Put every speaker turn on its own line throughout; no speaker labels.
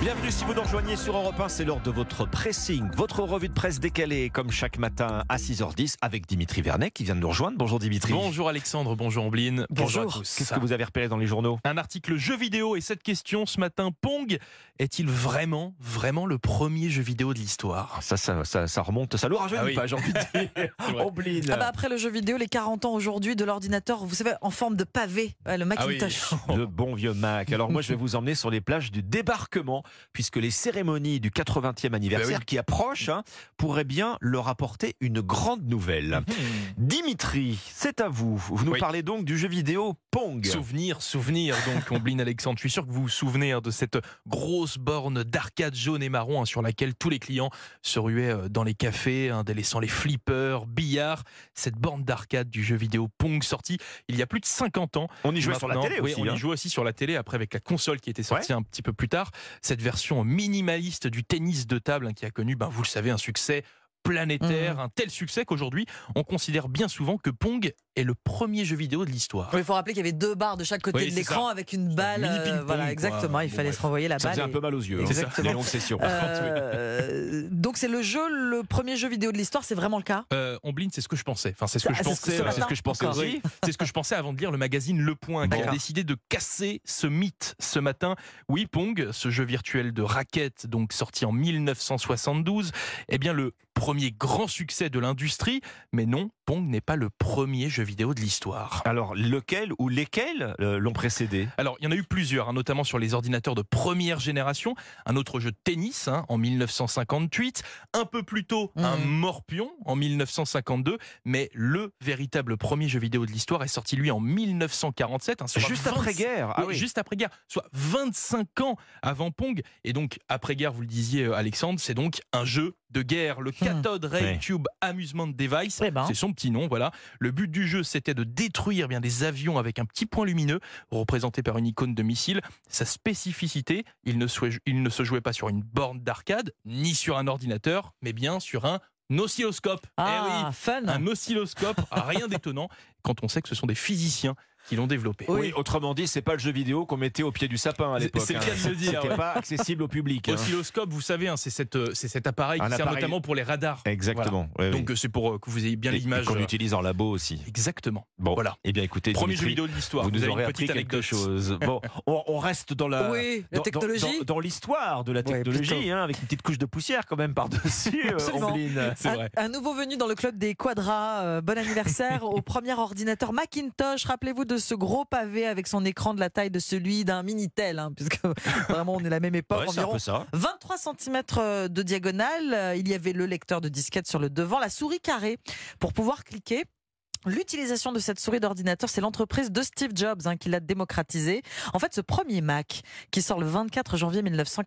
Bienvenue si vous nous rejoignez sur Europe 1, c'est l'heure de votre pressing, votre revue de presse décalée, comme chaque matin à 6h10, avec Dimitri Vernet qui vient de nous rejoindre. Bonjour Dimitri.
Bonjour Alexandre, bonjour Ambline.
Bonjour. Qu'est-ce que vous avez repéré dans les journaux
Un article jeu vidéo et cette question ce matin, Pong est-il vraiment, vraiment le premier jeu vidéo de l'histoire
ça ça, ça, ça remonte, ça lourd
Ah oui.
pas, j'ai envie de dire.
C'est vrai.
Ambline.
Ah
Euh.
bah après le jeu vidéo, les 40 ans aujourd'hui de l'ordinateur, vous savez, en forme de pavé, ouais, le
Ah oui.
Macintosh.
Le bon vieux Mac. Alors moi, je vais vous emmener sur les plages du débarquement, puisque les cérémonies du 80e anniversaire
oui.
qui approche hein, pourraient bien leur apporter une grande nouvelle.
Ah,
Dimitri, c'est à vous. Vous nous
Oui.
parlez donc du jeu vidéo Pong.
Souvenir, souvenir donc, Ambline Alexandre. Je suis sûr que vous vous souvenez hein, de cette grosse borne d'arcade jaune et marron hein, sur laquelle tous les clients se ruaient euh, dans les cafés, hein, délaissant les flippers, billards. Cette borne d'arcade du jeu vidéo Pong sortie il y a plus de 50 ans.
On y jouait sur la
Maintenant,
télé
oui,
aussi.
on
hein.
y jouait aussi sur la télé, après avec la console qui était sortie un petit peu plus tard. Cette version minimaliste du tennis de table hein, qui a connu, ben, vous le savez, un succès planétaire, un tel succès qu'aujourd'hui, on considère bien souvent que Pong est le premier jeu vidéo de l'histoire.
Il faut rappeler qu'il y avait deux barres de chaque côté
Oui,
de
c'est
l'écran
ça.
avec une
un
balle.
mini
euh,
ping-pong,
voilà,
quoi.
exactement. Il
Bon,
fallait
bref.
se renvoyer la
Ça faisait
balle.
un
et-
peu mal aux yeux. hein,
Exactement.
les longues sessions.
Euh, donc c'est le jeu, le premier jeu vidéo de l'histoire, c'est vraiment le cas.
Euh, Omblin, c'est ce que je pensais. Enfin, c'est ce que
Ah,
je
c'est ce que-
pensais.
ce
euh,
C'est ce que je pensais
D'accord.
aussi.
C'est ce que je pensais avant de lire le magazine Le Point, qui a
D'accord.
décidé de casser ce mythe ce matin. Oui, Pong, ce jeu virtuel de raquette, donc sorti en 1972, est eh bien le premier grand succès de l'industrie. Mais non, Pong n'est pas le premier jeu vidéo de l'histoire.
Alors, lequel ou lesquels euh, l'ont précédé
Alors, il y en a eu plusieurs, hein, notamment sur les ordinateurs de première génération. Un autre jeu de tennis hein, en 1958. Un peu plus tôt, un
Mhm.
morpion en 1952. Mais le véritable premier jeu vidéo de l'histoire est sorti, lui, en 1947. hein, soit
Juste
25
après-guerre. Ah
oui,
oui.
Juste après-guerre, soit 25 ans avant Pong. Et donc, après-guerre, vous le disiez, euh, Alexandre, c'est donc un jeu de guerre. Le Cathode Ray
Hmm. Ouais.
Tube Amusement Device,
Eh ben.
c'est son petit nom, voilà. Le but du jeu, c'était de détruire eh bien des avions avec un petit point lumineux, représenté par une icône de missile. Sa spécificité, il ne, souhait- il ne se jouait pas sur une borne d'arcade, ni sur un ordinateur, mais bien sur un oscilloscope. Eh
Ah,
oui,
fun.
un oscilloscope, rien d'étonnant quand on sait que ce sont des physiciens qui l'ont développé.
Oui. autrement dit, c'est pas le jeu vidéo qu'on mettait au pied du sapin à
C'est-
l'époque. hein.
c'est le cas de le dire,
C'était
ouais.
pas accessible au public. hein.
Oscilloscope, vous savez, hein, c'est cette, euh, c'est cet appareil
Un
qui sert
appareil-
notamment pour les radars.
Exactement.
Voilà.
ouais, oui.
Donc euh, c'est pour euh, que vous ayez bien
Et- et
l'image.
qu'on
euh,
utilise en labo aussi.
Exactement.
Bon,
Voilà.
Eh bien, écoutez,
Premier jeu
Dimitri,
vidéo de l'histoire.
vous nous
avez
aurez
une
appris
petite
quelque
anecdote.
chose. Bon, on, on reste dans
euh,
la.
oui,
dans-
la
dans-
technologie.
Dans, dans l'histoire de la
Ouais,
technologie,
plutôt.
hein, avec une petite couche de poussière quand même par-dessus, euh,
Absolument. Ah,
Ambline.
C'est
un,
vrai.
un nouveau venu dans le club des quadras. euh, bon anniversaire au premier ordinateur Macintosh. Rappelez-vous de ce gros pavé avec son écran de la taille de celui d'un Minitel, hein, puisque vraiment on est la même époque
Ouais, c'est un
environ.
peu ça.
23 cm de diagonale, euh, il y avait le lecteur de disquette sur le devant, la souris carrée pour pouvoir cliquer. L'utilisation de cette souris d'ordinateur, c'est l'entreprise de Steve Jobs hein, qui l'a démocratisée. En fait, ce premier Mac, qui sort le 24 janvier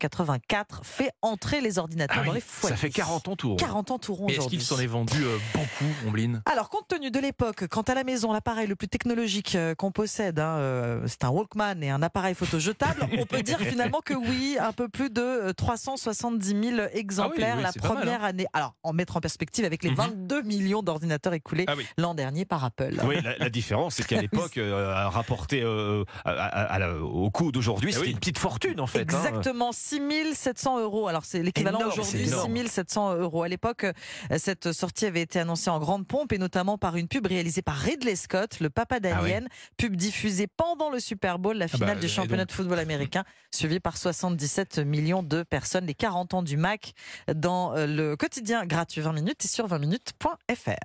1984, fait entrer les ordinateurs
Ah
dans
oui,
les foyers.
Ça fait 40 ans tour.
40 ans tout rond
Mais est-ce
aujourd'hui.
qu'il s'en est vendu euh, beaucoup, Ombline
Alors, compte tenu de l'époque, quant à la maison, l'appareil le plus technologique euh, qu'on possède, hein, euh, c'est un Walkman et un appareil photo jetable, on peut dire finalement que oui, un peu plus de euh, 370 000 exemplaires
Ah oui,
la
c'est pas mal, hein.
première année. Alors, en mettre en perspective avec les
Mhm.
22 millions d'ordinateurs écoulés
Ah oui.
l'an dernier par Apple.
Oui, la, la différence, c'est qu'à l'époque, euh, rapporté euh, à- à- à la- au coût d'aujourd'hui,
Eh
c'était
oui.
une petite fortune en fait. hein.
Exactement, 6 700 euros. Alors, c'est l'équivalent
Énorme,
aujourd'hui,
c'est énorme.
6 700 euros. À l'époque, euh, cette sortie avait été annoncée en grande pompe et notamment par une pub réalisée par Ridley Scott, le papa d'Alien, pub diffusée pendant le Super Bowl, la
bah,
finale
et
du championnat
donc.
de football américain, suivie par 77 millions de personnes. Les 40 ans du Mac dans euh, le quotidien gratuit 20 minutes et sur 20minutes.fr.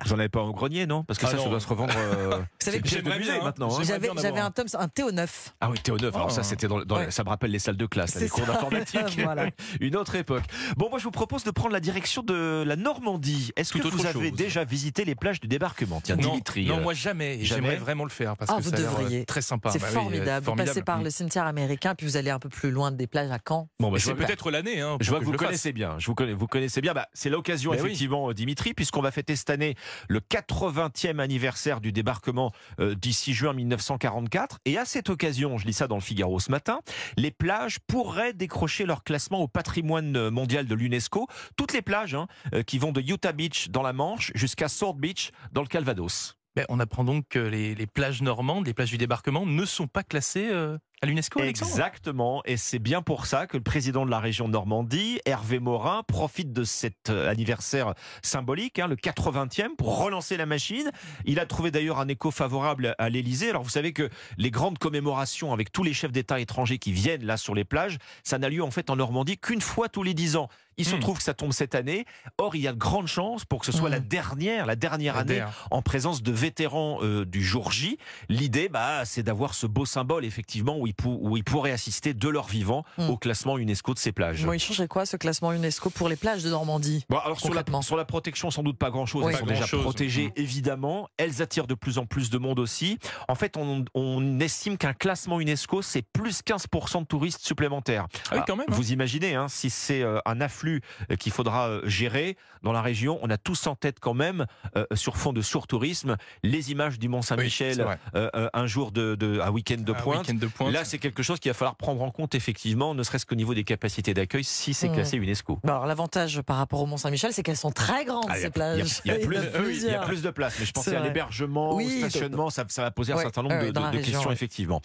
Vous n'en avez pas au grenier, non Parce que
Ah
ça, ça
non.
doit se revendre. euh, c'est
savez que
pièce de
j'aimerais
musée
bien, hein.
maintenant. hein.
J'aimerais
J'avais
bien en
j'avais
avoir
un tome, un T9.
Ah oui, Théo 9. Alors
Oh.
ça, c'était dans, dans-
Ouais.
ça me rappelle les salles de classe, là,
C'est
Ah, les cours
ça.
d'informatique.
Voilà.
Une autre époque. Bon, moi, je vous propose de prendre la direction de la Normandie. Est-ce que
Tout autre
vous avez
chose.
déjà visité les plages du débarquement Tiens,
non,
Dimitri.
non,
euh,
moi jamais. Et
jamais
J'aimerais vraiment le faire parce
Ah,
que
vous
ça a l'air, euh,
devriez.
très sympa.
C'est
Bah oui, euh,
formidable. Vous passez
Mm.
par le cimetière américain, puis vous allez un peu plus loin des plages à Caen.
bon, bah,
Et
je
C'est
vois-
peut-être l'année. hein, pour
Je vois que,
je
vous
le fasse.
connaissez bien. Je vous connais, vous connaissez bien. Bah, c'est l'occasion
Mais oui.
effectivement, euh, Dimitri, puisqu'on va fêter cette année le 80e anniversaire du débarquement euh, d'ici juin 1944. Et à cette occasion, je lis ça dans le Figaro ce matin, les plages pourraient décrocher leur classement au patrimoine euh, mondial de l'UNESCO. Toutes les plages hein, euh, qui vont de Utah Beach dans la Manche jusqu'à Sword Beach dans le Calvados.
Bah, Ben, on apprend donc que les, les plages normandes, les plages du débarquement, ne sont pas classées euh, À l'UNESCO, Alexandre
Exactement, et c'est bien pour ça que le président de la région Normandie, Hervé Morin, profite de cet euh, anniversaire symbolique, hein, le 80e, pour relancer la machine. Il a trouvé d'ailleurs un écho favorable à l'Elysée. Alors vous savez que les grandes commémorations avec tous les chefs d'État étrangers qui viennent là sur les plages, ça n'a lieu en fait en Normandie qu'une fois tous les 10 ans. Il se
Hmm.
trouve que ça tombe cette année. Or, il y a de grandes chances pour que ce soit
Hmm.
la dernière, la dernière
La
année
DER.
en présence de vétérans euh, du jour J. L'idée, bah, c'est d'avoir ce beau symbole, effectivement, où ils, pou- où ils pourraient assister de leur vivant
Mm.
au classement UNESCO de ces plages.
Bon, il changerait quoi ce classement UNESCO pour les plages de Normandie
Bon, alors sur la,
Concrètement.
sur la protection, sans doute pas grand-chose. Mm.
Oui.
Elles
Pas
sont déjà
grand-chose.
protégées, évidemment. Elles attirent de plus en plus de monde aussi. En fait, on, on estime qu'un classement UNESCO, c'est plus 15% de touristes supplémentaires.
Ah oui, quand même, hein.
Vous imaginez, hein, si c'est euh, un afflux euh, qu'il faudra euh, gérer dans la région, on a tous en tête quand même, euh, sur fond de surtourisme, les images du
hein. c'est
Mont-Saint-Michel,
vrai.
euh, euh, un jour de, de- un week-end de
Un
pointe.
week-end de pointe.
Là, c'est quelque chose qu'il va falloir prendre en compte, effectivement, ne serait-ce qu'au niveau des capacités d'accueil, si c'est
Mm.
classé UNESCO.
Bah, Alors l'avantage par rapport au Mont-Saint-Michel, Oh, c'est qu'elles sont très grandes
Ah, il y a-
ces plages.
Il y, a- il y a
en
plus- oui, il y a
plusieurs.
plus de place, mais je pensais
C'est
à
vrai.
l'hébergement,
Oui,
au
de-
stationnement, ça, ça va poser un
Ouais, Ah
certain nombre
ouais,
de,
dans la
de- de
région,
questions,
ouais.
effectivement.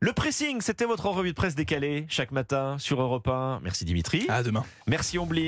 Le
Ah.
pressing, c'était votre revue de presse décalée chaque matin sur Europe 1. Merci Dimitri.
À demain.
Merci Omblin.